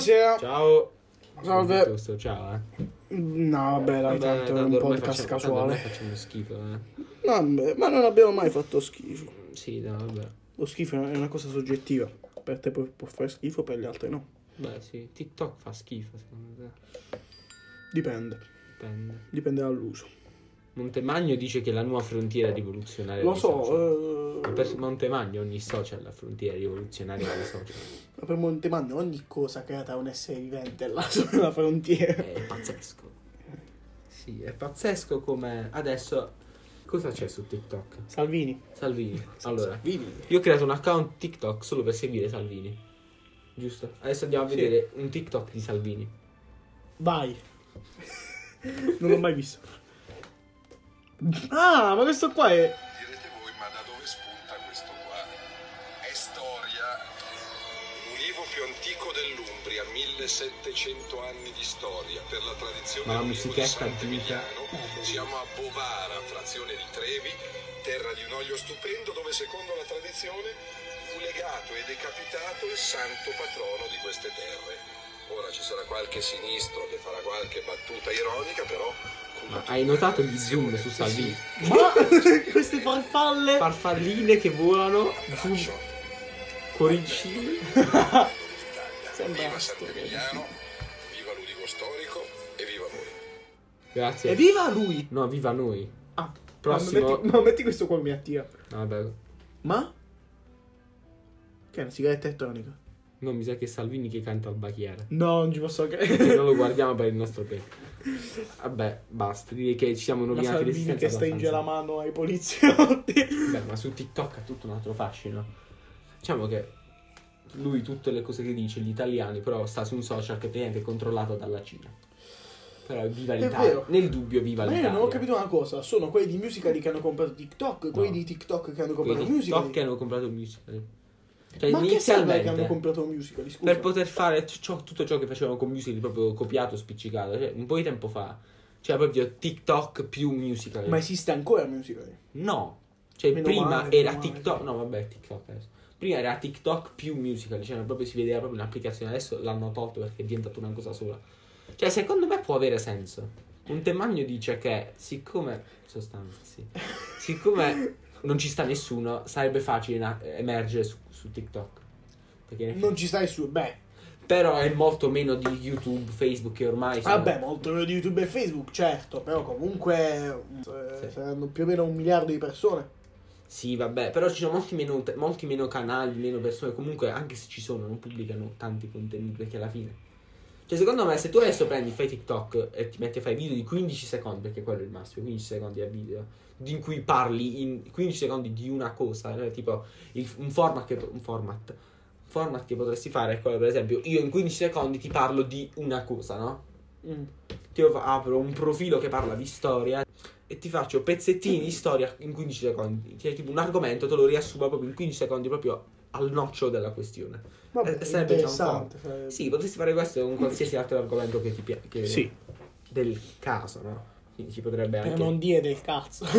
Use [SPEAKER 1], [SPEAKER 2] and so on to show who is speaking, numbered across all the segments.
[SPEAKER 1] Buonasera.
[SPEAKER 2] Ciao. Eh,
[SPEAKER 1] Salve.
[SPEAKER 2] Piuttosto, Ciao, eh.
[SPEAKER 1] No, vabbè, dai,
[SPEAKER 2] Vabbè,
[SPEAKER 1] tanto è
[SPEAKER 2] tanto
[SPEAKER 1] un
[SPEAKER 2] ormai
[SPEAKER 1] podcast
[SPEAKER 2] facciamo- tanto
[SPEAKER 1] casuale.
[SPEAKER 2] ormai facciamo schifo, eh.
[SPEAKER 1] No, vabbè, ma non abbiamo mai fatto schifo.
[SPEAKER 2] Sì, no, vabbè.
[SPEAKER 1] Lo schifo è una cosa soggettiva. Per te può, può fare schifo, per gli altri no.
[SPEAKER 2] Beh, sì, TikTok fa schifo, secondo te.
[SPEAKER 1] Dipende,
[SPEAKER 2] Dipende.
[SPEAKER 1] dipende dall'uso.
[SPEAKER 2] Montemagno dice che la nuova frontiera rivoluzionaria
[SPEAKER 1] Lo
[SPEAKER 2] dei social.
[SPEAKER 1] so,
[SPEAKER 2] Ma
[SPEAKER 1] eh,
[SPEAKER 2] Per Montemagno ogni social è la frontiera rivoluzionaria dei social.
[SPEAKER 1] ma per Montemagno ogni cosa creata da un essere vivente è là sulla frontiera.
[SPEAKER 2] È pazzesco. Sì, è pazzesco come adesso cosa c'è su TikTok?
[SPEAKER 1] Salvini.
[SPEAKER 2] Salvini. Allora,
[SPEAKER 1] Salvini.
[SPEAKER 2] Io ho creato un account TikTok solo per seguire Salvini. Giusto? Adesso andiamo a
[SPEAKER 1] Sì.
[SPEAKER 2] vedere un TikTok di Salvini.
[SPEAKER 1] Vai. non l'ho mai visto. Ah, ma questo qua è...
[SPEAKER 3] Direte voi, ma da dove spunta questo qua? È storia. L'ulivo più antico dell'Umbria, 1700 anni di storia. Per la tradizione
[SPEAKER 2] Ma la
[SPEAKER 3] dell'ulivo di
[SPEAKER 2] musichetta
[SPEAKER 3] Sant'Emiliano, siamo a Bovara, frazione di Trevi, terra di un olio stupendo dove secondo la tradizione fu legato e decapitato il santo patrono di queste terre. Ora ci sarà qualche sinistro che farà qualche battuta ironica, però...
[SPEAKER 2] Ma hai notato gli zoom su Salvini?
[SPEAKER 1] Ma queste farfalle...
[SPEAKER 2] Farfalline che volano, zoom,
[SPEAKER 3] Abbraccio.
[SPEAKER 2] cuoricini.
[SPEAKER 1] Sembra
[SPEAKER 3] viva
[SPEAKER 1] storico.
[SPEAKER 3] Sant'Emiliano, viva l'Ulivo storico e viva voi.
[SPEAKER 2] Grazie.
[SPEAKER 1] Evviva lui!
[SPEAKER 2] No, viva noi.
[SPEAKER 1] Ah,
[SPEAKER 2] Prossimo.
[SPEAKER 1] Ma metti, ma metti questo qua mi attira.
[SPEAKER 2] Ah, Vabbè.
[SPEAKER 1] Ma? Che è una sigaretta elettronica?
[SPEAKER 2] No, mi sa che è Salvini che canta al bacchiere.
[SPEAKER 1] No, non ci posso
[SPEAKER 2] Se
[SPEAKER 1] credere.
[SPEAKER 2] non lo guardiamo per il nostro petto. Vabbè, basta. Direi che ci
[SPEAKER 1] La
[SPEAKER 2] siamo nominati
[SPEAKER 1] Salvini
[SPEAKER 2] l'esistenza
[SPEAKER 1] che stringe la
[SPEAKER 2] abbastanza.
[SPEAKER 1] mano ai poliziotti.
[SPEAKER 2] Beh, ma su TikTok ha tutto un altro fascino. Diciamo che lui tutte le cose che dice, gli italiani, però sta su un social che praticamente è controllato dalla Cina. Però viva
[SPEAKER 1] È
[SPEAKER 2] l'Italia.
[SPEAKER 1] vero.
[SPEAKER 2] Nel dubbio viva
[SPEAKER 1] Ma io
[SPEAKER 2] l'Italia.
[SPEAKER 1] non ho capito una cosa, sono quelli di Musical.ly che hanno comprato TikTok, quelli
[SPEAKER 2] No.
[SPEAKER 1] di TikTok che hanno
[SPEAKER 2] Quei
[SPEAKER 1] comprato
[SPEAKER 2] TikTok
[SPEAKER 1] Musical.ly.
[SPEAKER 2] che hanno comprato il musical. Cioè,
[SPEAKER 1] Ma che serve che
[SPEAKER 2] inizialmente
[SPEAKER 1] hanno comprato Musical.ly, scusa?
[SPEAKER 2] per poter fare ciò- tutto ciò che facevano con musical proprio copiato, spiccicato, cioè, un po' di tempo fa. C'era proprio TikTok più musical.
[SPEAKER 1] Ma esiste ancora Musical.ly?
[SPEAKER 2] No, cioè
[SPEAKER 1] Meno
[SPEAKER 2] prima
[SPEAKER 1] male,
[SPEAKER 2] era
[SPEAKER 1] meno male.
[SPEAKER 2] TikTok, no vabbè TikTok adesso. Prima era TikTok più musical, cioè proprio si vedeva proprio un'applicazione, adesso l'hanno tolto perché è diventata una cosa sola. Cioè secondo me può avere senso. Un temagno dice che siccome, sostanza, sì, siccome non ci sta nessuno, sarebbe facile na- emergere su, su TikTok. Perché in
[SPEAKER 1] Non
[SPEAKER 2] effetti-
[SPEAKER 1] ci stai su, beh.
[SPEAKER 2] Però è molto meno di YouTube, Facebook che ormai... sono-
[SPEAKER 1] Vabbè, molto meno di YouTube e Facebook, certo, però comunque eh,
[SPEAKER 2] Sì.
[SPEAKER 1] saranno più o meno un miliardo di persone.
[SPEAKER 2] Sì, vabbè, però ci sono molti meno, molti meno canali, meno persone. Comunque, anche se ci sono, non pubblicano tanti contenuti perché alla fine. Cioè, secondo me, se tu adesso prendi, fai TikTok e ti metti a fare video di 15 secondi, perché quello è il massimo, 15 secondi a video, di- in cui parli in 15 secondi di una cosa, eh, tipo il- un, format che, un format. Un format che potresti fare è quello, per esempio, io in 15 secondi ti parlo di una cosa, no?
[SPEAKER 1] Mm.
[SPEAKER 2] Ti ov- apro un profilo che parla di storia e ti faccio pezzettini di storia in 15 secondi. Ti tipo un argomento, te lo riassumo proprio in 15 secondi, proprio al noccio della questione.
[SPEAKER 1] Vabbè,
[SPEAKER 2] Eh, sarebbe
[SPEAKER 1] interessante. sarebbe-
[SPEAKER 2] Sì, potresti fare questo con qualsiasi altro argomento che ti piace.
[SPEAKER 1] Sì.
[SPEAKER 2] Del caso, no? Quindi ci potrebbe
[SPEAKER 1] Per
[SPEAKER 2] anche.
[SPEAKER 1] Eh, non dire del cazzo.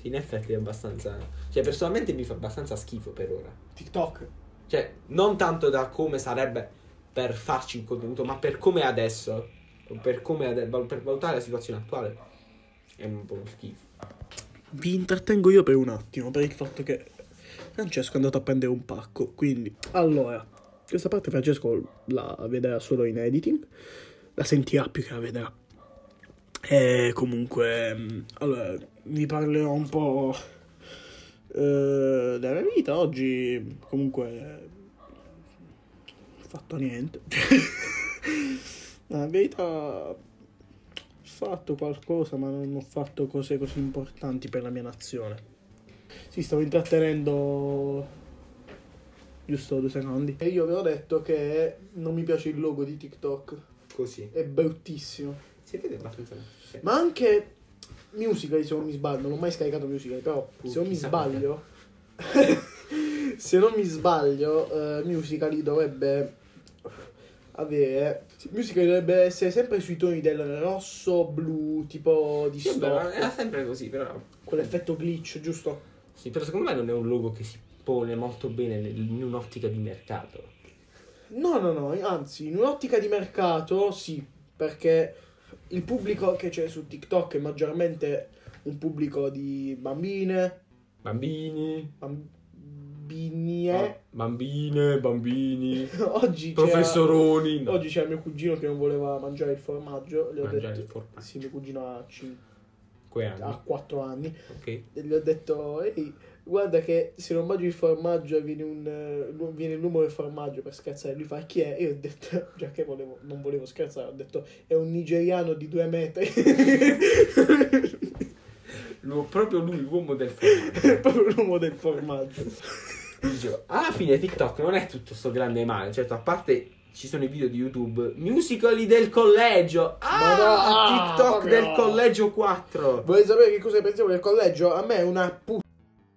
[SPEAKER 2] Sì, in effetti è abbastanza. Cioè, personalmente mi fa abbastanza schifo per ora.
[SPEAKER 1] TikTok.
[SPEAKER 2] Cioè, non tanto da come sarebbe per farci il contenuto, ma per come è adesso, o per come ade- val- per valutare la situazione attuale, è un po' uno schifo.
[SPEAKER 1] Vi intrattengo io per un attimo, per il fatto che Francesco è andato a prendere un pacco, quindi... Allora, questa parte Francesco la vedrà solo in editing, la sentirà più che la vedrà. E comunque, mh, allora, vi parlerò un po' eh, della mia vita oggi, comunque... Non ho fatto niente. La verità ho fatto qualcosa, ma non ho fatto cose così importanti per la mia nazione. Sì, stavo intrattenendo. Giusto due secondi. E io vi ho detto che non mi piace il logo di TikTok.
[SPEAKER 2] Così.
[SPEAKER 1] È bruttissimo.
[SPEAKER 2] Si vede abbastanza. Sì.
[SPEAKER 1] Ma anche Musical.ly se non mi sbaglio, non ho mai scaricato Musical.ly, però se non mi
[SPEAKER 2] Uh, chissà
[SPEAKER 1] sbaglio, se non mi sbaglio, eh, Musical.ly dovrebbe avere Musical.ly dovrebbe essere sempre sui toni del rosso, blu, tipo di
[SPEAKER 2] Sì, eh. vabbè, ma era
[SPEAKER 1] storto,
[SPEAKER 2] sempre così, però.
[SPEAKER 1] quell'effetto glitch, giusto?
[SPEAKER 2] Sì, però secondo me non è un logo che si pone molto bene nel- in un'ottica di mercato.
[SPEAKER 1] No, no, no, anzi, in un'ottica di mercato sì, perché il pubblico che c'è su TikTok è maggiormente un pubblico di bambine,
[SPEAKER 2] Bambini, Ah.
[SPEAKER 1] bambine.
[SPEAKER 2] bambine, bambini,
[SPEAKER 1] Oggi c'era-
[SPEAKER 2] professoroni. No.
[SPEAKER 1] Oggi c'era mio cugino che non voleva mangiare il formaggio, le ho
[SPEAKER 2] Mangiare
[SPEAKER 1] detto...
[SPEAKER 2] il formaggio.
[SPEAKER 1] Sì, mio cugino ha, cin-
[SPEAKER 2] Que
[SPEAKER 1] ha
[SPEAKER 2] anni,
[SPEAKER 1] 4 anni,
[SPEAKER 2] ok.
[SPEAKER 1] e gli ho detto, ehi, guarda che se non mangi il formaggio viene, un, eh, lu- viene il numero del formaggio per scherzare. Lui fa, chi è? Io ho detto, già che volevo, non volevo scherzare, ho detto, è un nigeriano di due metri.
[SPEAKER 2] Lu- proprio lui, l'uomo del formaggio.
[SPEAKER 1] Proprio l'uomo del formaggio.
[SPEAKER 2] Dicevo, Alla fine TikTok non è tutto sto grande male, certo, a parte ci sono i video di YouTube, musicali del collegio.
[SPEAKER 1] Ma no,
[SPEAKER 2] Ah,
[SPEAKER 1] ah,
[SPEAKER 2] TikTok
[SPEAKER 1] proprio.
[SPEAKER 2] del collegio 4.
[SPEAKER 1] Volete sapere che cosa pensiamo del collegio? A me è una puttana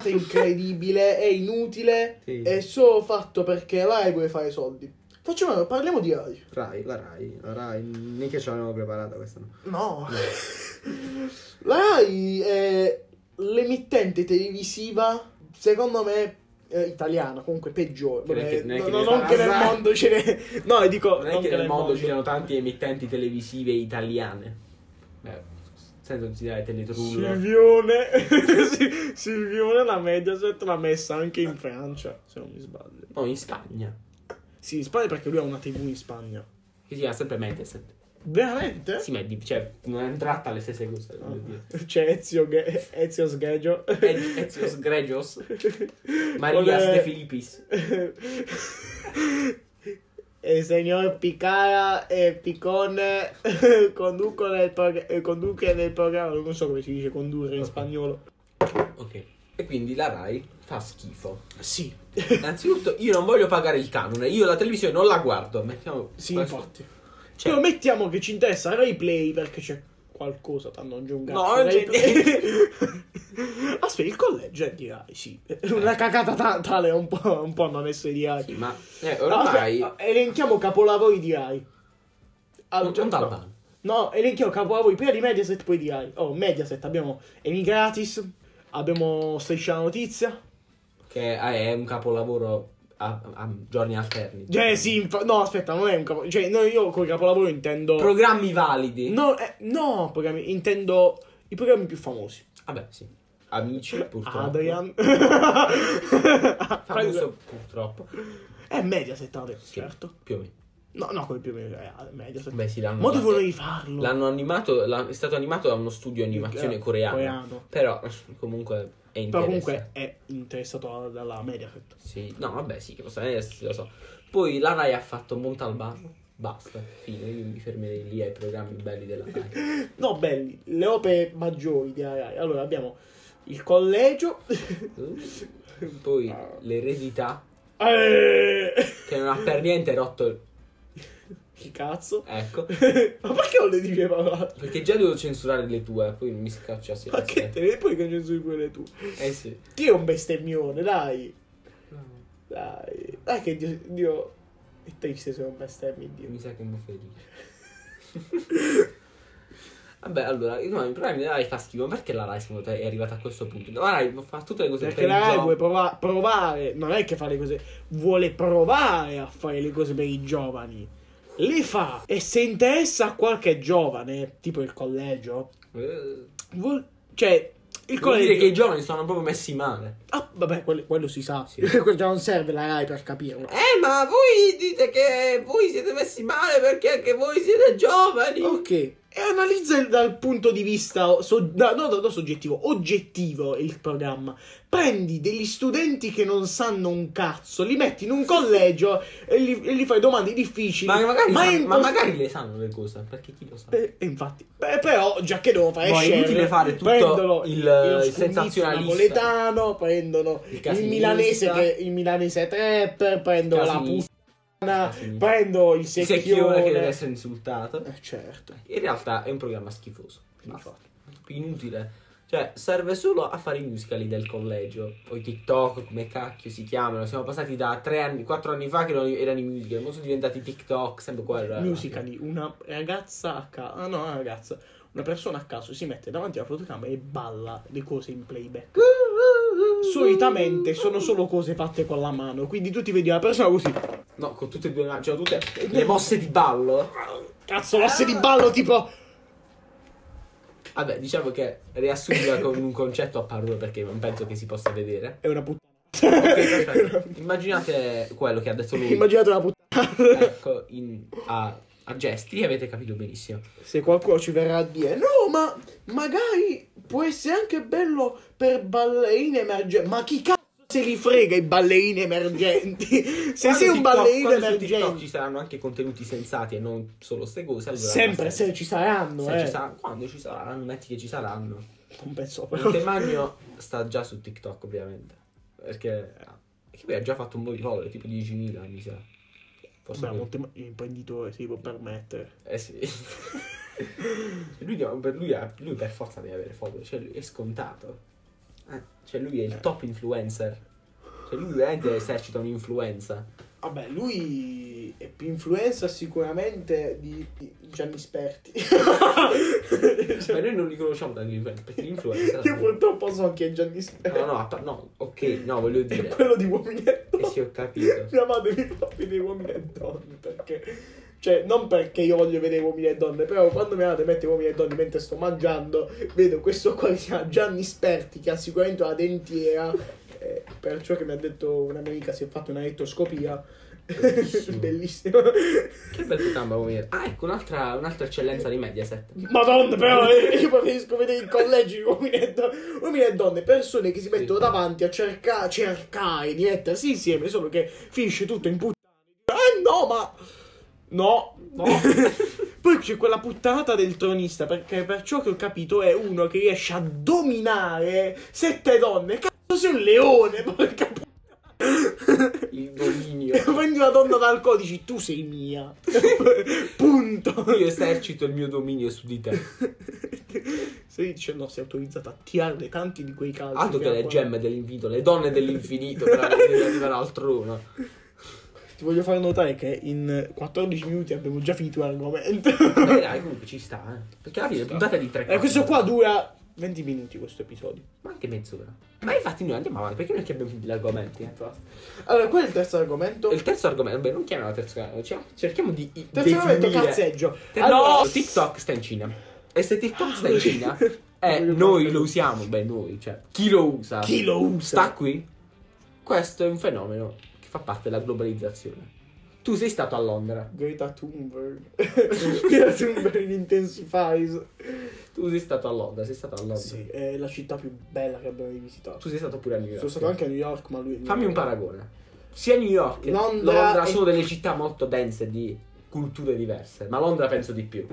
[SPEAKER 1] incredibile, è inutile,
[SPEAKER 2] Sì.
[SPEAKER 1] è solo fatto perché Rai vuole fare soldi. Facciamo, parliamo di Rai.
[SPEAKER 2] Rai, la Rai, la Rai, mica ce l'avevamo preparata questa.
[SPEAKER 1] No.
[SPEAKER 2] No.
[SPEAKER 1] La Rai è l'emittente televisiva, secondo me, eh, italiana, comunque peggiore.
[SPEAKER 2] Che non è che-
[SPEAKER 1] Vabbè,
[SPEAKER 2] non è che
[SPEAKER 1] no,
[SPEAKER 2] ne
[SPEAKER 1] non
[SPEAKER 2] sa-
[SPEAKER 1] che nel
[SPEAKER 2] sa-
[SPEAKER 1] mondo ce n'è. No, dico,
[SPEAKER 2] Non è che nel mondo ci sono tanti emittenti televisive italiane. Beh, senza considerare Teletrullo.
[SPEAKER 1] Silvione Sì, Silvione la Mediaset l'ha messa anche in Francia, se non mi sbaglio.
[SPEAKER 2] No, in Spagna.
[SPEAKER 1] Sì, in Spagna perché lui ha una TV in Spagna.
[SPEAKER 2] Che si chiama sempre Mediaset.
[SPEAKER 1] Veramente?
[SPEAKER 2] Sì, ma è di- cioè, non tratta le stesse cose. voglio dire.
[SPEAKER 1] C'è Ezio, Ge- Ezio Sgegio.
[SPEAKER 2] Ez- Ezio Gregios, Eh, Maria
[SPEAKER 1] Vuole-
[SPEAKER 2] De Filippis.
[SPEAKER 1] Il signor Picara e Picone conducono il, prog- eh, conducono il programma. Non so come si dice condurre in
[SPEAKER 2] Ok.
[SPEAKER 1] spagnolo.
[SPEAKER 2] Ok. E quindi la Rai fa schifo.
[SPEAKER 1] Sì,
[SPEAKER 2] Innanzitutto, io non voglio pagare il canone. Io la televisione non la guardo. Mettiamo
[SPEAKER 1] sì,
[SPEAKER 2] questo.
[SPEAKER 1] infatti.
[SPEAKER 2] Cioè-
[SPEAKER 1] Però mettiamo che ci interessa Rai Play perché c'è qualcosa, tanto non c'è un cazzo.
[SPEAKER 2] No, non
[SPEAKER 1] Rai
[SPEAKER 2] c'è
[SPEAKER 1] Play. Aspetta, Ah, il collegio è di Rai, sì.
[SPEAKER 2] Eh.
[SPEAKER 1] Una cacata ta- tale, un po', un po' non essere di Rai.
[SPEAKER 2] Sì, ma eh,
[SPEAKER 1] No,
[SPEAKER 2] ormai.
[SPEAKER 1] aspetta, elenchiamo capolavori di Rai. Ah,
[SPEAKER 2] non
[SPEAKER 1] cioè,
[SPEAKER 2] non
[SPEAKER 1] no.
[SPEAKER 2] dal
[SPEAKER 1] No, elenchiamo capolavori prima di Mediaset, poi di Rai. Oh, Mediaset, abbiamo Emigratis, abbiamo Striscia la Notizia.
[SPEAKER 2] Che è un capolavoro a, a giorni alterni.
[SPEAKER 1] Cioè, sì, inf- no, aspetta, non è un capolavoro. Cioè, no, io col capolavoro intendo...
[SPEAKER 2] Programmi validi.
[SPEAKER 1] no, eh, no, programmi, intendo i programmi più famosi.
[SPEAKER 2] Vabbè, sì. Amici, purtroppo.
[SPEAKER 1] Adrian.
[SPEAKER 2] Famoso, purtroppo.
[SPEAKER 1] È Eh, Mediaset, Adrian,
[SPEAKER 2] Sì,
[SPEAKER 1] certo.
[SPEAKER 2] Più o meno.
[SPEAKER 1] No, no, quello più o meno è Mediaset.
[SPEAKER 2] Beh, sì, l'hanno.
[SPEAKER 1] Ma devono rifarlo.
[SPEAKER 2] L'hanno animato. l'ha- è stato animato da uno studio animazione
[SPEAKER 1] Eh,
[SPEAKER 2] coreano.
[SPEAKER 1] coreano.
[SPEAKER 2] Però, comunque. È
[SPEAKER 1] Però comunque
[SPEAKER 2] interessante.
[SPEAKER 1] è interessato dalla Mediaset.
[SPEAKER 2] Sì, no, vabbè, sì, che possa essere, lo so. Poi la Rai ha fatto Montalbano. Basta, fine. Io mi fermerei lì ai programmi belli della Rai.
[SPEAKER 1] No, belli, le opere maggiori di Rai. Allora abbiamo il collegio.
[SPEAKER 2] Poi l'eredità,
[SPEAKER 1] Eh,
[SPEAKER 2] che non ha per niente rotto il...
[SPEAKER 1] Che cazzo? Ma
[SPEAKER 2] Ecco.
[SPEAKER 1] perché non le dici parole?
[SPEAKER 2] Perché già devo censurare le tue, poi mi scaccia se
[SPEAKER 1] Ma che te ne puoi che su quelle tu?
[SPEAKER 2] Eh sì.
[SPEAKER 1] Chi è un bestemmione, dai. Dai. Dai che Dio, Dio è triste se non bestemmi Dio.
[SPEAKER 2] Mi sa che mi felice. Vabbè, allora, no, il problema della Rai fa schifo. Ma Perché la Rai, secondo te, è arrivata a questo punto? La Rai fa tutte le cose
[SPEAKER 1] Perché
[SPEAKER 2] per
[SPEAKER 1] la
[SPEAKER 2] i
[SPEAKER 1] Rai
[SPEAKER 2] giovani.
[SPEAKER 1] vuole prova- provare, non è che fa le cose, vuole provare a fare le cose per i giovani. Le fa e se interessa a qualche giovane, tipo il collegio,
[SPEAKER 2] Eh,
[SPEAKER 1] vuol- cioè il
[SPEAKER 2] Vuol dire
[SPEAKER 1] collegio...
[SPEAKER 2] che i giovani sono proprio messi male.
[SPEAKER 1] Ah, vabbè, quello, quello si sa,
[SPEAKER 2] Sì.
[SPEAKER 1] Quello già non serve la Rai per capirlo.
[SPEAKER 2] Eh, ma voi dite che voi siete messi male perché anche voi siete giovani.
[SPEAKER 1] Ok, e analizza il- dal punto di vista, so- da- no, no, no, soggettivo, oggettivo il programma. Prendi degli studenti che non sanno un cazzo, li metti in un collegio e gli, e gli fai domande difficili.
[SPEAKER 2] Ma, magari,
[SPEAKER 1] è
[SPEAKER 2] ma,
[SPEAKER 1] impos-
[SPEAKER 2] magari le sanno le cose, perché chi lo sa?
[SPEAKER 1] Eh, infatti, Beh, però, già che devo fare
[SPEAKER 2] Boh, è
[SPEAKER 1] scelte,
[SPEAKER 2] inutile fare tutto
[SPEAKER 1] prendono
[SPEAKER 2] il-
[SPEAKER 1] lo
[SPEAKER 2] il
[SPEAKER 1] scugnizzo
[SPEAKER 2] sensazionalista.
[SPEAKER 1] napoletano, prendono
[SPEAKER 2] Il
[SPEAKER 1] il,
[SPEAKER 2] casinista.
[SPEAKER 1] milanese che il milanese trapper, prendono la
[SPEAKER 2] Casinista.
[SPEAKER 1] puttana,
[SPEAKER 2] Casinista.
[SPEAKER 1] prendo il
[SPEAKER 2] Il secchione che deve
[SPEAKER 1] secchione.
[SPEAKER 2] essere insultato.
[SPEAKER 1] Eh, certo.
[SPEAKER 2] In realtà è un programma schifoso. Basta. Inutile. Cioè, serve solo a fare i musicali del collegio. O i TikTok, come cacchio si chiamano. Siamo passati da 3 anni, 4 anni fa che non erano i musical. Ora sono diventati TikTok, sempre quello.
[SPEAKER 1] Musicali, una ragazza a caso, ah, no, una ragazza, una persona a caso si mette davanti alla fotocamera e balla le cose in playback. Solitamente sono solo cose fatte con la mano, quindi tu ti vedi la persona così.
[SPEAKER 2] No, con tutte e due le cioè tutte le mosse di ballo.
[SPEAKER 1] Cazzo, l'asse di ballo tipo...
[SPEAKER 2] Vabbè, diciamo che riassumiva con un concetto a parole perché non penso che si possa vedere.
[SPEAKER 1] È una puttana.
[SPEAKER 2] Ok, perfetto. Immaginate quello che ha detto lui.
[SPEAKER 1] Immaginate una puttana.
[SPEAKER 2] Ecco, in- a, a gesti avete capito benissimo.
[SPEAKER 1] Se qualcuno ci verrà a dire no, ma magari può essere anche bello per ballerini emergenti. Ma chi cazzo se li frega i ballerini emergenti? Se
[SPEAKER 2] Quando
[SPEAKER 1] sei un
[SPEAKER 2] TikTok-
[SPEAKER 1] ballerino
[SPEAKER 2] quando su TikTok
[SPEAKER 1] emergente,
[SPEAKER 2] ci saranno anche contenuti sensati e non solo ste cose. Allora
[SPEAKER 1] sempre
[SPEAKER 2] basta.
[SPEAKER 1] se ci saranno,
[SPEAKER 2] Se
[SPEAKER 1] eh.
[SPEAKER 2] ci saranno, quando ci saranno, metti che ci saranno.
[SPEAKER 1] Non penso però.
[SPEAKER 2] Monte Magno sta già su TikTok, ovviamente. Perché, perché lui ha già fatto un po' di follower, tipo 10.000, mi sa. Forse
[SPEAKER 1] Beh,
[SPEAKER 2] più.
[SPEAKER 1] Monte- imprenditore si può permettere.
[SPEAKER 2] Eh sì. lui, deve- per lui, ha- lui per forza deve avere follower, cioè lui è scontato. Eh, Cioè lui è il top influencer. Cioè lui veramente esercita un'influenza.
[SPEAKER 1] Vabbè, lui è più influenza sicuramente di di Gianni Sperti.
[SPEAKER 2] Ma Cioè, noi non li conosciamo da influencer, perché l'influencer...
[SPEAKER 1] Io purtroppo so chi è Gianni Sperti.
[SPEAKER 2] No, no, a par- no, ok, no, voglio
[SPEAKER 1] È
[SPEAKER 2] dire...
[SPEAKER 1] quello di uomini e
[SPEAKER 2] Eh sì, ho capito.
[SPEAKER 1] Mia madre mi fa vedere uomini e donne perché. Cioè, non perché io voglio vedere uomini e donne, però quando mia madre mette uomini e donne mentre sto mangiando, vedo questo qua che si chiama Gianni Sperti, che ha sicuramente una dentiera. eh, per ciò che mi ha detto un'amica, si è fatto una rettoscopia.
[SPEAKER 2] Bellissimo.
[SPEAKER 1] Bellissimo.
[SPEAKER 2] Che bel programma vuoi dire? Ah, ecco, un'altra, un'altra eccellenza di Mediaset.
[SPEAKER 1] Madonna, però eh, io preferisco vedere in collegi di uomini e donne, uomini e donne, persone che si mettono davanti a cerca- cercare di mettersi insieme, solo che finisce tutto in puttana. Eh no, ma no, no. Poi c'è quella puttanata del tronista, perché per ciò che ho capito è uno che riesce a dominare sette donne. Cazzo, sei un leone, porca puttana.
[SPEAKER 2] Il dominio.
[SPEAKER 1] E prendi una donna dal codice, tu sei mia. Punto.
[SPEAKER 2] Io esercito il mio dominio su di te.
[SPEAKER 1] Se dice no, sei autorizzato a tirarle tanti di quei calci.
[SPEAKER 2] Altro che
[SPEAKER 1] fino a
[SPEAKER 2] le
[SPEAKER 1] quando-
[SPEAKER 2] gemme dell'infinito, le donne dell'infinito, per arrivare al trono.
[SPEAKER 1] Ti voglio far notare che in 14 minuti abbiamo già finito l'argomento.
[SPEAKER 2] Dai, dai, comunque ci sta, eh. Perché alla fine è puntata di tre
[SPEAKER 1] e Eh, questo qua dura 20 minuti questo episodio.
[SPEAKER 2] Ma anche mezz'ora. Ma infatti noi andiamo avanti, perché noi che abbiamo finito gli argomenti, eh.
[SPEAKER 1] Allora, qual è il terzo argomento?
[SPEAKER 2] Il terzo argomento, beh, non chiamiamo terzo argomento, cioè, cerchiamo di i-
[SPEAKER 1] terzo argomento
[SPEAKER 2] definire-
[SPEAKER 1] cazzeggio.
[SPEAKER 2] Te-
[SPEAKER 1] Allora- Ah,
[SPEAKER 2] No, TikTok sta in Cina. E se TikTok sta in Cina, eh,
[SPEAKER 1] Voglio
[SPEAKER 2] noi
[SPEAKER 1] fare-
[SPEAKER 2] lo usiamo, beh, noi, cioè, chi lo usa?
[SPEAKER 1] Chi lo usa?
[SPEAKER 2] Sta qui. Questo è un fenomeno che fa parte della globalizzazione. Tu sei stato a Londra,
[SPEAKER 1] Greta Thunberg. Greta Thunberg intensifies.
[SPEAKER 2] tu sei stato a Londra, sei stato a Londra.
[SPEAKER 1] Sì, è la città più bella che abbiamo mai visitato.
[SPEAKER 2] Tu sei stato pure a New York.
[SPEAKER 1] Sono stato anche a New York, ma lui...
[SPEAKER 2] Fammi un paragone. Sia New York che Londra,
[SPEAKER 1] Londra è-
[SPEAKER 2] sono delle città molto dense di culture diverse, ma Londra penso di più.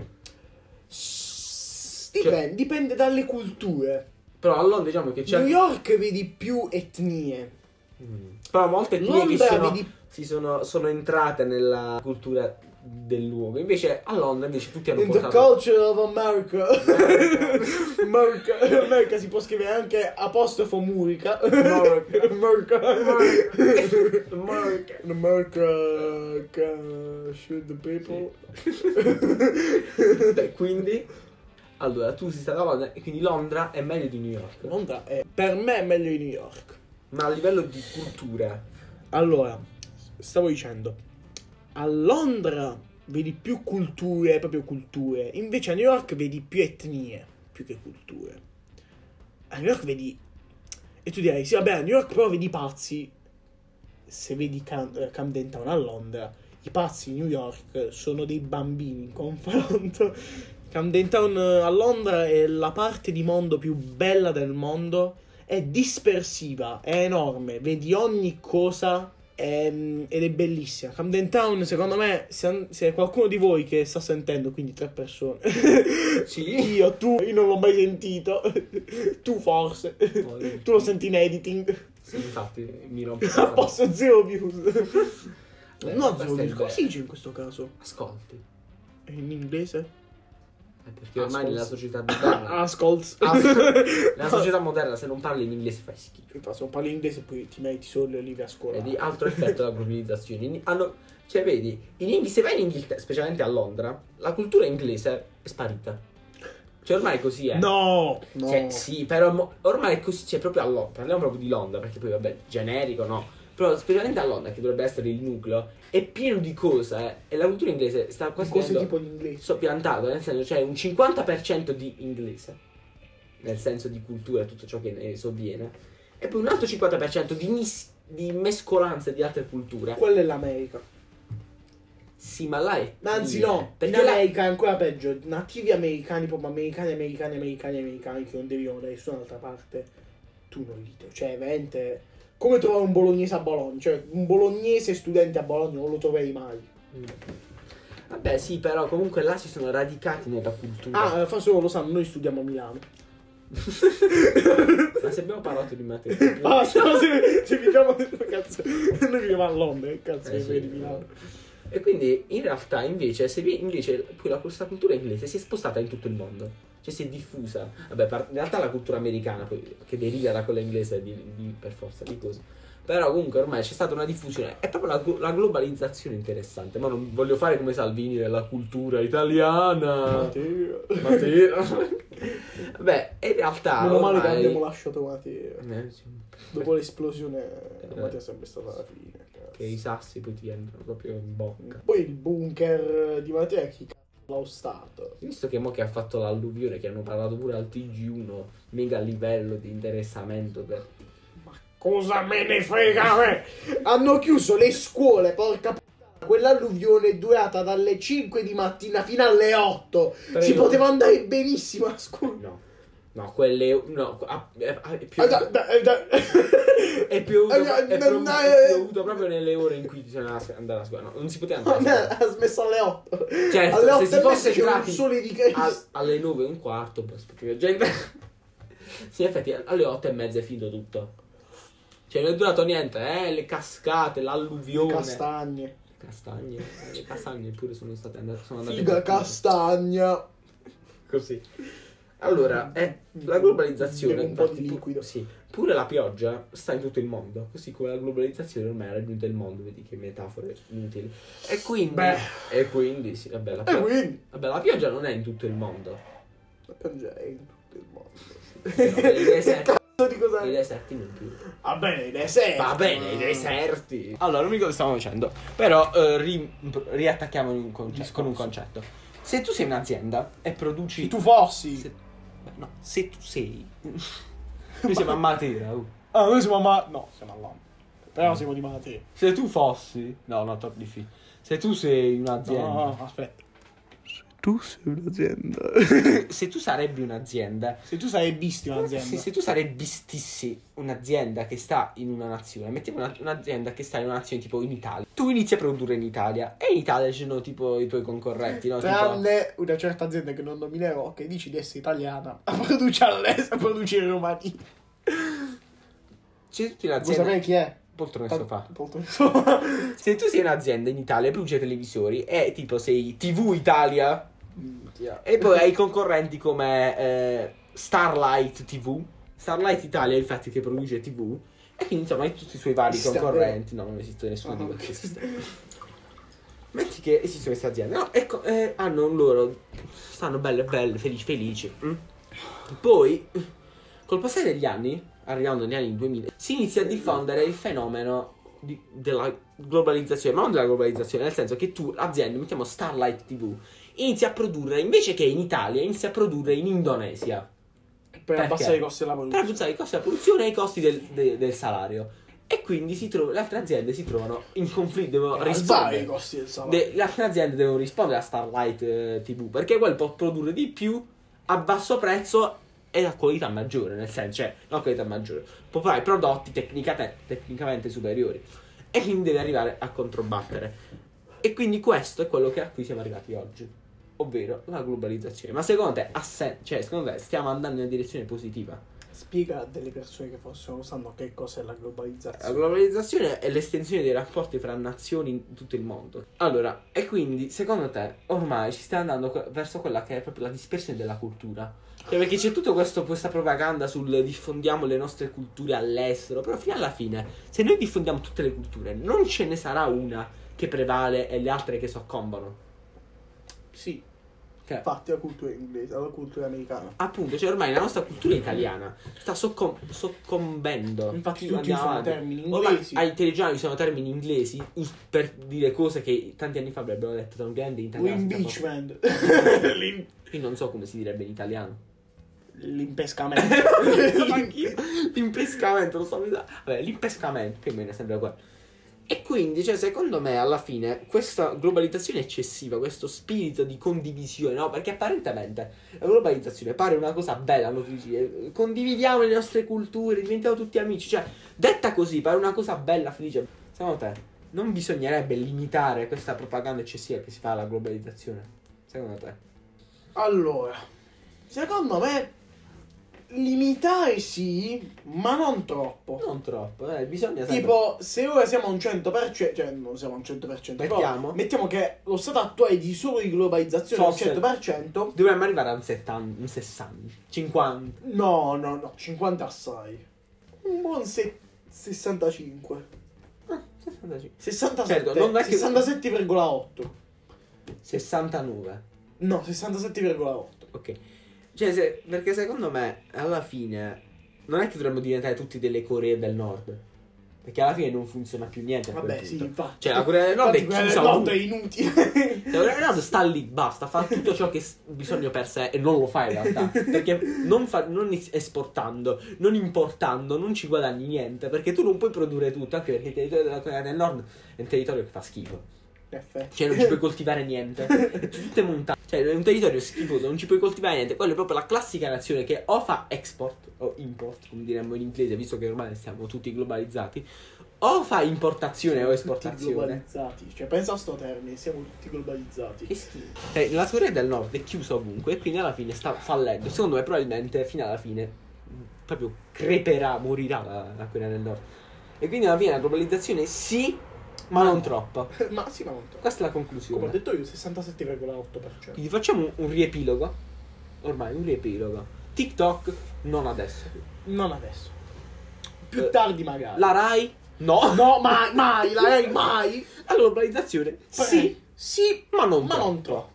[SPEAKER 1] S- Dipende, dipende dalle culture.
[SPEAKER 2] Però a Londra diciamo che c'è
[SPEAKER 1] New York vedi più etnie.
[SPEAKER 2] Mm. Però molte etnie che
[SPEAKER 1] Londra
[SPEAKER 2] sono,
[SPEAKER 1] vedi-
[SPEAKER 2] si sono, sono entrate nella cultura del luogo. Invece a Londra invece tutti hanno
[SPEAKER 1] In the
[SPEAKER 2] portato
[SPEAKER 1] culture of America. America. America si può scrivere anche apostrofo murica.
[SPEAKER 2] America.
[SPEAKER 1] America.
[SPEAKER 2] America. America.
[SPEAKER 1] In America can shoot the people.
[SPEAKER 2] Beh, quindi allora tu sei stata a Londra e quindi Londra è meglio di New York.
[SPEAKER 1] Londra è per me è meglio di New York.
[SPEAKER 2] Ma a livello di cultura
[SPEAKER 1] Allora, stavo dicendo, a Londra vedi più culture, proprio culture, invece a New York vedi più etnie, più che culture. A New York vedi... E tu direi, sì, vabbè, a New York però vedi i pazzi. Se vedi Cam- eh, Camden Town a Londra, i pazzi in New York sono dei bambini in confronto. Camden Town eh, a Londra è la parte di mondo più bella del mondo è dispersiva, è enorme, vedi ogni cosa ehm, ed è bellissima. Camden Town, secondo me, se, se qualcuno di voi che sta sentendo, quindi tre persone,
[SPEAKER 2] Sì.
[SPEAKER 1] io, tu, io non l'ho mai sentito, tu forse,
[SPEAKER 2] No, io-
[SPEAKER 1] tu lo senti in editing,
[SPEAKER 2] Sì, infatti mi rompe.
[SPEAKER 1] a posto zero views.
[SPEAKER 2] Beh,
[SPEAKER 1] no,
[SPEAKER 2] questo
[SPEAKER 1] zero
[SPEAKER 2] è
[SPEAKER 1] views, come
[SPEAKER 2] il bello.
[SPEAKER 1] si dice in questo caso?
[SPEAKER 2] Ascolti.
[SPEAKER 1] In inglese?
[SPEAKER 2] Eh, Perché ormai
[SPEAKER 1] Ascolti.
[SPEAKER 2] nella società moderna
[SPEAKER 1] Ascolts.
[SPEAKER 2] nella Ah, società moderna se non parli in inglese fai schifo.
[SPEAKER 1] Infatti, Se non parli inglese poi ti metti solo le olive a scuola.
[SPEAKER 2] Vedi, altro effetto della globalizzazione. In- hanno- cioè, vedi, in Inghil- se vai in Inghilterra, specialmente a Londra, la cultura inglese è sparita. Cioè, ormai così è.
[SPEAKER 1] No, no.
[SPEAKER 2] Cioè, sì, però mo- ormai è così, cioè, proprio a Londra. Parliamo proprio di Londra, perché poi, vabbè, generico, no? Però specialmente a Londra, che dovrebbe essere il nucleo, è pieno di cose. eh. E la cultura inglese sta quasi
[SPEAKER 1] Cose
[SPEAKER 2] venendo
[SPEAKER 1] tipo l'inglese.
[SPEAKER 2] soppiantato, nel senso c'è un 50% di inglese, nel senso di cultura e tutto ciò che ne sovviene, e poi un altro 50% di, mis- di mescolanza di altre culture.
[SPEAKER 1] Quella è l'America.
[SPEAKER 2] Sì, ma là è...
[SPEAKER 1] Ma anzi
[SPEAKER 2] fine,
[SPEAKER 1] no, in
[SPEAKER 2] perché là-
[SPEAKER 1] America è ancora peggio. Nativi americani, proprio americani, americani, americani, americani che non derivano da nessun'altra parte. Tu non li trovi. Cioè, veramente. Come trovare un bolognese a Bologna? Cioè, un bolognese studente a Bologna non lo troverei mai.
[SPEAKER 2] Mm. Vabbè, sì, però comunque là si sono radicati nella cultura.
[SPEAKER 1] Ah, eh, forse loro lo sanno, noi studiamo a Milano.
[SPEAKER 2] Ma se abbiamo parlato di materia...
[SPEAKER 1] Basta, ma se, se viviamo cazzo. Noi viviamo a Londra, che cazzo
[SPEAKER 2] Eh,
[SPEAKER 1] che
[SPEAKER 2] sì.
[SPEAKER 1] frega di Milano.
[SPEAKER 2] E quindi in realtà invece, se vi- invece poi la, questa cultura inglese si è spostata in tutto il mondo. Cioè si è diffusa. Vabbè, par- in realtà la cultura americana, poi, che deriva da quella inglese di- di- per forza di cose. Però comunque ormai c'è stata una diffusione. È proprio la, glo- la globalizzazione interessante. Ma non voglio fare come Salvini della cultura italiana.
[SPEAKER 1] Matteo.
[SPEAKER 2] Matteo. Beh, in realtà.
[SPEAKER 1] Meno male che
[SPEAKER 2] ormai-
[SPEAKER 1] abbiamo lasciato Matteo.
[SPEAKER 2] Eh, sì.
[SPEAKER 1] Dopo l'esplosione,
[SPEAKER 2] Eh.
[SPEAKER 1] Matteo è sempre stata la fine. cazzo.
[SPEAKER 2] Che i sassi poi ti entrano proprio in bocca.
[SPEAKER 1] Poi il bunker di Matteo chi cazzo l'ha ostato?
[SPEAKER 2] Visto che mo che ha fatto l'alluvione, che hanno parlato pure al TG1, mega livello di interessamento per...
[SPEAKER 1] Cosa me ne frega a me? Hanno chiuso le scuole, porca puttana. Quell'alluvione è durata dalle 5 di mattina fino alle 8. Si
[SPEAKER 2] Prego.
[SPEAKER 1] poteva andare benissimo a scuola.
[SPEAKER 2] No, no, quelle... No, ha- è, è
[SPEAKER 1] Ah, da-
[SPEAKER 2] piovuto,
[SPEAKER 1] da- eh, da-
[SPEAKER 2] è piovuto,
[SPEAKER 1] Ah, da-
[SPEAKER 2] è
[SPEAKER 1] da-
[SPEAKER 2] piovuto-
[SPEAKER 1] da-
[SPEAKER 2] è piovuto proprio nelle ore in cui bisogna andare a scuola. No, non si poteva andare a
[SPEAKER 1] Vabbè,
[SPEAKER 2] scuola.
[SPEAKER 1] ha smesso alle 8.
[SPEAKER 2] Certo,
[SPEAKER 1] alle 8
[SPEAKER 2] se si
[SPEAKER 1] e mezza
[SPEAKER 2] fosse
[SPEAKER 1] c'era
[SPEAKER 2] entrati
[SPEAKER 1] un sole di
[SPEAKER 2] Al-
[SPEAKER 1] Cristo.
[SPEAKER 2] alle 9 e un quarto, poi aspetta che gente... Sì, in effetti alle 8 e mezza è finito tutto. Cioè non è durato niente, eh, le cascate, l'alluvione.
[SPEAKER 1] Castagne.
[SPEAKER 2] Castagne, eh, le castagne pure sono state andate. Sono andate
[SPEAKER 1] Figa
[SPEAKER 2] per-
[SPEAKER 1] castagna.
[SPEAKER 2] Così. Allora, eh, la globalizzazione.
[SPEAKER 1] Bevo un po' di
[SPEAKER 2] infatti, pu-
[SPEAKER 1] liquido.
[SPEAKER 2] Sì. Pure la pioggia sta in tutto il mondo. Così come la globalizzazione ormai ha raggiunto il mondo. Vedi che metafore inutili. E quindi.
[SPEAKER 1] Beh.
[SPEAKER 2] E quindi, sì, vabbè la,
[SPEAKER 1] E
[SPEAKER 2] pioggia,
[SPEAKER 1] quindi...
[SPEAKER 2] vabbè, la pioggia non è in tutto il mondo.
[SPEAKER 1] La piangerei in tutto il mondo.
[SPEAKER 2] nei deserti.
[SPEAKER 1] cazzo di cosa Eh.
[SPEAKER 2] I deserti non più.
[SPEAKER 1] Va bene, i deserti.
[SPEAKER 2] Va bene, i deserti. Allora, non mi ricordo cosa stavamo dicendo. Però eh, ri- riattacchiamo in un conce- con un concetto. Se tu sei un'azienda e produci.
[SPEAKER 1] Se tu fossi.
[SPEAKER 2] Se, beh, no, se tu sei. Noi siamo a Matera. uh.
[SPEAKER 1] Ah, noi siamo a Ma- No, siamo a Londra. Però siamo di Matera.
[SPEAKER 2] Se tu fossi. No, no, top di fi. Se tu sei un'azienda.
[SPEAKER 1] No, aspetta. Se tu sei un'azienda.
[SPEAKER 2] Se tu sarebbi un'azienda.
[SPEAKER 1] se tu sei visti un'azienda.
[SPEAKER 2] Se, se tu sarebbistissi un'azienda che sta in una nazione, mettiamo una- un'azienda che sta in una nazione tipo in Italia, tu inizi a produrre in Italia e in Italia ci sono tipo i tuoi concorrenti, no? Tipo,
[SPEAKER 1] Tranne una certa azienda che non nominerò, che dici di essere italiana, ma produce all'estero, produce in Romania.
[SPEAKER 2] C'è tutta
[SPEAKER 1] Vuoi sapere
[SPEAKER 2] un'azienda.
[SPEAKER 1] chi è?
[SPEAKER 2] Poltrone
[SPEAKER 1] Tan-
[SPEAKER 2] sofà.
[SPEAKER 1] Poltrone sofà.
[SPEAKER 2] Se tu sei un'azienda in Italia e produce televisori e tipo sei TV Italia e poi hai concorrenti come eh, Starlight TV, Starlight Italia infatti che produce TV e quindi insomma hai tutti i suoi vari
[SPEAKER 1] Esiste
[SPEAKER 2] concorrenti, no non esiste nessuno
[SPEAKER 1] Ah,
[SPEAKER 2] di
[SPEAKER 1] ok.
[SPEAKER 2] questi. Metti che esistono queste aziende, no? Ecco, eh, hanno un loro. Stanno belle, belle, felici, felici. mm? Poi, col passare degli anni, arrivando negli anni 2000, si inizia a diffondere il fenomeno di- della globalizzazione, ma non della globalizzazione, nel senso che tu, aziende, mettiamo Starlight TV, inizi a produrre invece che in Italia, inizi a produrre in Indonesia
[SPEAKER 1] Per abbassare i
[SPEAKER 2] Perché?
[SPEAKER 1] costi della
[SPEAKER 2] per
[SPEAKER 1] produzione.
[SPEAKER 2] abbassare i costi della produzione e i costi del, de- del salario. E quindi si trova- le altre aziende si trovano in conflitto,
[SPEAKER 1] Ah,
[SPEAKER 2] devono
[SPEAKER 1] Alzare i
[SPEAKER 2] rispondere.
[SPEAKER 1] Eh, costi del salario.
[SPEAKER 2] De- le altre aziende devono rispondere a Starlight eh, TV perché quel può produrre di più a basso prezzo e a qualità maggiore, nel senso, cioè, non qualità maggiore, può fare prodotti tecnicate- tecnicamente superiori e quindi deve arrivare a controbattere. E quindi questo è quello che a cui siamo arrivati oggi, ovvero la globalizzazione. Ma secondo te, ha sen- cioè, secondo te stiamo andando in una direzione positiva?
[SPEAKER 1] Spiega a delle persone che forse non sanno che cos'è la
[SPEAKER 2] La
[SPEAKER 1] globalizzazione.
[SPEAKER 2] globalizzazione è l'estensione dei rapporti fra nazioni in tutto il mondo. Allora, e quindi, secondo te, ormai ci sta andando que- verso quella che è proprio la dispersione della cultura? Cioè, perché c'è tutta questo- questa propaganda sul diffondiamo le nostre culture all'estero, però fino alla fine, se noi diffondiamo tutte le culture, non ce ne sarà una che prevale e le altre che soccombano.
[SPEAKER 1] Sì,
[SPEAKER 2] Cioè,
[SPEAKER 1] fatti alla cultura inglese, alla cultura americana.
[SPEAKER 2] appunto, cioè ormai la nostra cultura italiana sta soccom- soccombendo.
[SPEAKER 1] Infatti
[SPEAKER 2] Più
[SPEAKER 1] tutti
[SPEAKER 2] Eh, andiamo
[SPEAKER 1] usano
[SPEAKER 2] avanti.
[SPEAKER 1] termini
[SPEAKER 2] Ormai
[SPEAKER 1] inglesi.
[SPEAKER 2] ai telegiornali usano termini inglesi us- per dire cose che tanti anni fa avrebbero detto da un grande italiano.
[SPEAKER 1] L'impeachment. L'im-
[SPEAKER 2] Io non so come si direbbe in italiano.
[SPEAKER 1] L'impescamento.
[SPEAKER 2] Anch'io. L'impescamento, lo so. mi sa- Vabbè, l'impescamento, che me ne sembra qua. E quindi, cioè, secondo me, alla fine, questa globalizzazione eccessiva, questo spirito di condivisione, no? Perché apparentemente la globalizzazione pare una cosa bella, no? Tu dici, eh, Condividiamo le nostre culture, diventiamo tutti amici. Cioè, detta così, pare una cosa bella, felice. Secondo te, non bisognerebbe limitare questa propaganda eccessiva che si fa alla globalizzazione? Secondo te?
[SPEAKER 1] Allora, secondo me limitare sì, ma non troppo.
[SPEAKER 2] Non troppo, eh, bisogna sempre...
[SPEAKER 1] Tipo, se ora siamo a un 100%, cioè non siamo a un 100%, però
[SPEAKER 2] Mettiamo.
[SPEAKER 1] mettiamo che lo stato attuale di solo di globalizzazione è un
[SPEAKER 2] Forse.
[SPEAKER 1] 100%,
[SPEAKER 2] Dovremmo arrivare a un 70, un 60, 50.
[SPEAKER 1] no, no, no, 50 assai. Un buon se- 65.
[SPEAKER 2] Ah, 65.
[SPEAKER 1] 67,
[SPEAKER 2] Certo, non è che-
[SPEAKER 1] 67,8.
[SPEAKER 2] 69.
[SPEAKER 1] No, 67,8.
[SPEAKER 2] Ok. Cioè, se- perché secondo me, alla fine, non è che dovremmo diventare tutti delle Coree del Nord. Perché alla fine non funziona più niente. a quel
[SPEAKER 1] Vabbè,
[SPEAKER 2] punto.
[SPEAKER 1] sì, infatti.
[SPEAKER 2] Cioè, la Corea del Nord è
[SPEAKER 1] Infatti, quella del
[SPEAKER 2] chiusa
[SPEAKER 1] Nord è
[SPEAKER 2] ovunque.
[SPEAKER 1] inutile.
[SPEAKER 2] La Corea del Nord Cioè, sta lì, basta, fa tutto ciò che s- bisogna per sé e non lo fa in realtà. Perché non, fa- non es- esportando, non importando, non ci guadagni niente. Perché tu non puoi produrre tutto, anche perché il territorio della Corea del Nord è un territorio che fa schifo.
[SPEAKER 1] Perfetto.
[SPEAKER 2] Cioè, non ci puoi coltivare niente. È tutte montagne. Cioè, è un territorio schifoso, non ci puoi coltivare niente. Quello è proprio la classica nazione che o fa export o import, come diremmo in inglese, visto che ormai siamo tutti globalizzati, o fa importazione o
[SPEAKER 1] Tutti
[SPEAKER 2] esportazione.
[SPEAKER 1] globalizzati. Cioè, pensa a sto termine, siamo tutti globalizzati.
[SPEAKER 2] Che schifo. Cioè, la Corea del Nord è chiusa ovunque e quindi alla fine sta fallendo. Secondo me, probabilmente, fino alla fine, mh, proprio creperà, morirà la, la Corea del Nord. E quindi alla fine la globalizzazione sì, ma non troppo.
[SPEAKER 1] Ma sì, ma non troppo.
[SPEAKER 2] Questa è la
[SPEAKER 1] Come ho
[SPEAKER 2] conclusione.
[SPEAKER 1] detto io, 67,8%.
[SPEAKER 2] Quindi facciamo un- un riepilogo. Ormai un riepilogo. TikTok non adesso.
[SPEAKER 1] Non adesso. Più
[SPEAKER 2] Eh,
[SPEAKER 1] tardi magari.
[SPEAKER 2] La Rai no.
[SPEAKER 1] No, mai, mai, la Rai, mai.
[SPEAKER 2] La globalizzazione sì,
[SPEAKER 1] Sì, sì,
[SPEAKER 2] ma non
[SPEAKER 1] ma
[SPEAKER 2] troppo.
[SPEAKER 1] non troppo.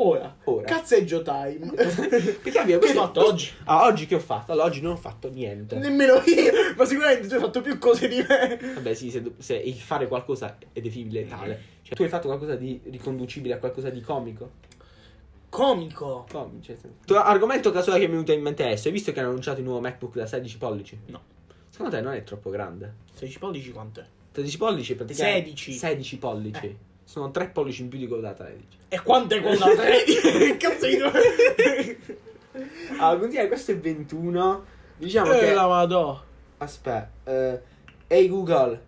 [SPEAKER 1] Ora,
[SPEAKER 2] Ora.
[SPEAKER 1] cazzeggio time.
[SPEAKER 2] Perché abbiamo
[SPEAKER 1] Che hai
[SPEAKER 2] questo-
[SPEAKER 1] fatto oggi?
[SPEAKER 2] Ah, oggi che ho fatto? Allora oggi non ho fatto niente.
[SPEAKER 1] Nemmeno io, ma sicuramente tu hai fatto più cose di me.
[SPEAKER 2] Vabbè, sì, se, se il fare qualcosa è definibile tale. Cioè, tu hai fatto qualcosa di riconducibile a qualcosa di comico?
[SPEAKER 1] Comico.
[SPEAKER 2] Comico, cioè, se- Tu- Argomento casuale che mi è venuto in mente adesso. Hai visto che hanno annunciato il nuovo MacBook da 16 pollici?
[SPEAKER 1] No.
[SPEAKER 2] Secondo te non è troppo grande?
[SPEAKER 1] 16 pollici quant'è?
[SPEAKER 2] 13 pollici praticamente
[SPEAKER 1] 16.
[SPEAKER 2] 16 pollici sono 3 pollici in più di quello da 13
[SPEAKER 1] Eh. E quant'è con la 3? Cazzo di
[SPEAKER 2] allora quindi eh, questo è 21 diciamo
[SPEAKER 1] Eh,
[SPEAKER 2] che
[SPEAKER 1] la vado.
[SPEAKER 2] aspetta eh, ehi Google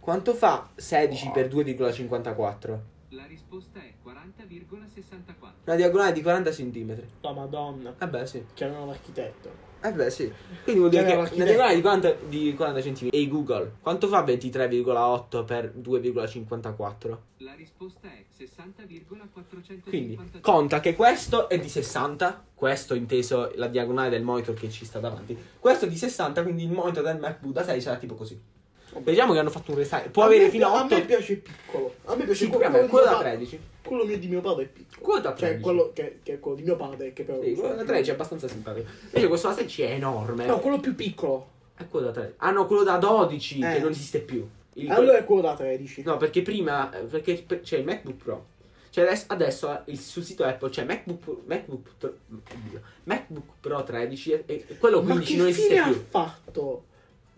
[SPEAKER 2] quanto fa 16
[SPEAKER 1] Wow.
[SPEAKER 2] per 2,54
[SPEAKER 4] La risposta è 40,64.
[SPEAKER 2] una diagonale di 40 cm
[SPEAKER 1] La madonna.
[SPEAKER 2] vabbè sì
[SPEAKER 1] Chiamano l'architetto.
[SPEAKER 2] vabbè Eh sì quindi vuol dire
[SPEAKER 1] Chiamiamo
[SPEAKER 2] che
[SPEAKER 1] l'architetto.
[SPEAKER 2] una diagonale di 40, di 40 cm ehi Google quanto fa 23,8 per 2,54
[SPEAKER 4] La risposta è 60,453.
[SPEAKER 2] Quindi conta che questo è di 60, questo inteso la diagonale del monitor che ci sta davanti, questo è di 60, quindi il monitor del MacBook da 6 sarà tipo così. Vediamo che hanno fatto un resize, può
[SPEAKER 1] A
[SPEAKER 2] avere
[SPEAKER 1] me-
[SPEAKER 2] fino a 8.
[SPEAKER 1] A me piace il piccolo. A me piace
[SPEAKER 2] Sì,
[SPEAKER 1] il
[SPEAKER 2] pure a
[SPEAKER 1] piccolo.
[SPEAKER 2] me, quello da
[SPEAKER 1] mio pa-
[SPEAKER 2] 13.
[SPEAKER 1] Quello mio di mio padre è piccolo.
[SPEAKER 2] Quello da
[SPEAKER 1] Cioè,
[SPEAKER 2] 13.
[SPEAKER 1] quello che, che è quello di mio padre, che però.
[SPEAKER 2] Sì, quello da cioè, 13 è abbastanza simpatico. Invece questo da 16 è enorme.
[SPEAKER 1] No, quello più piccolo.
[SPEAKER 2] È quello da 13. Ah no, quello da 12
[SPEAKER 1] Eh.
[SPEAKER 2] che non esiste più. Il-
[SPEAKER 1] Allora è quello da 13.
[SPEAKER 2] No, perché prima perché per- c'è il MacBook Pro. Cioè adesso, adesso il- sul sito Apple c'è MacBook, MacBook, Pro- oddio, MacBook Pro 13 e, e quello
[SPEAKER 1] Ma
[SPEAKER 2] 15
[SPEAKER 1] che
[SPEAKER 2] non esiste
[SPEAKER 1] fine ha
[SPEAKER 2] più.
[SPEAKER 1] fatto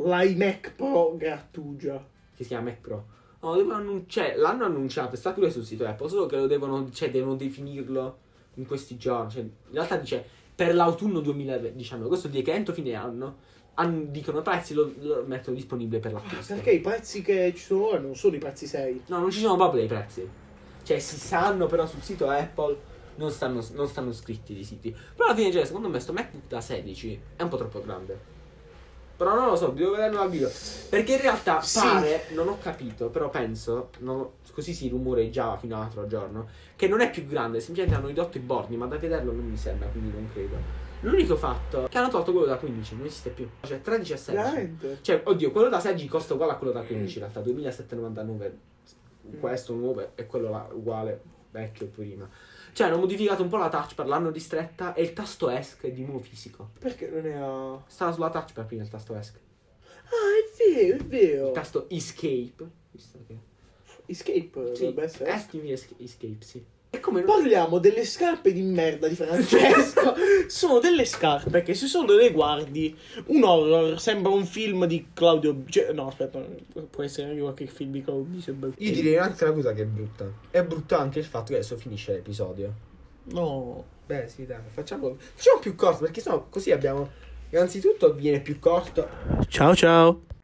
[SPEAKER 1] l'iMac Pro grattugia?
[SPEAKER 2] che si chiama Mac Pro. No, devono annun- cioè, l'hanno annunciato, sta pure sul sito Apple, solo che lo devono, cioè, devono definirlo in questi giorni. Cioè, in realtà dice per l'autunno 2019, questo vuol dire che entro fine anno hanno- dicono prezzi lo, lo mettono disponibile per l'acquisto.
[SPEAKER 1] Ah, Perché i prezzi che ci sono ora non sono i prezzi seri.
[SPEAKER 2] No, non ci sono proprio dei prezzi. Cioè, si sanno, però sul sito Apple non stanno, non stanno scritti i siti. Però alla fine, cioè, secondo me, sto MacBook da 16 è un po' troppo grande. Però non lo so, devo vederlo al video. Perché in realtà
[SPEAKER 1] Sì.
[SPEAKER 2] pare, non ho capito, però penso, non- così si rumoreggiava fino all'altro giorno, che non è più grande, semplicemente hanno ridotto i bordi, ma da vederlo non mi sembra, quindi non credo. L'unico fatto è che hanno tolto quello da 15, non esiste più. Cioè, 13 a 16.
[SPEAKER 1] Veramente?
[SPEAKER 2] Cioè, oddio, quello da 16 costa
[SPEAKER 5] Mm.
[SPEAKER 2] uguale a quello da 15 in realtà, 2799. Questo nuovo e quello là uguale. vecchio prima. Cioè, hanno modificato un po' la touchpad, l'hanno ristretta e il tasto ESC è di nuovo fisico.
[SPEAKER 1] Perché non era... Ah,
[SPEAKER 2] Stava sulla touchpad prima il tasto ESC.
[SPEAKER 1] è vero, è
[SPEAKER 2] Il
[SPEAKER 1] vero.
[SPEAKER 2] tasto Escape. Visto che...
[SPEAKER 1] Escape
[SPEAKER 2] Sì,
[SPEAKER 1] dovrebbe essere.
[SPEAKER 2] escape, escape, escape, sì. E come non...
[SPEAKER 1] Parliamo delle scarpe di merda di Francesco. sono delle scarpe che se solo le guardi, un horror, sembra un film di Claudio... B- cioè, no, aspetta, può essere anche qualche film di Claudio B. se bel-
[SPEAKER 5] Io direi anche la cosa che è brutta. È brutto anche il fatto che adesso finisce l'episodio.
[SPEAKER 1] No.
[SPEAKER 5] Beh, sì, dai, facciamo, facciamo più corto perché sennò così abbiamo. Innanzitutto viene più corto.
[SPEAKER 1] Ciao ciao.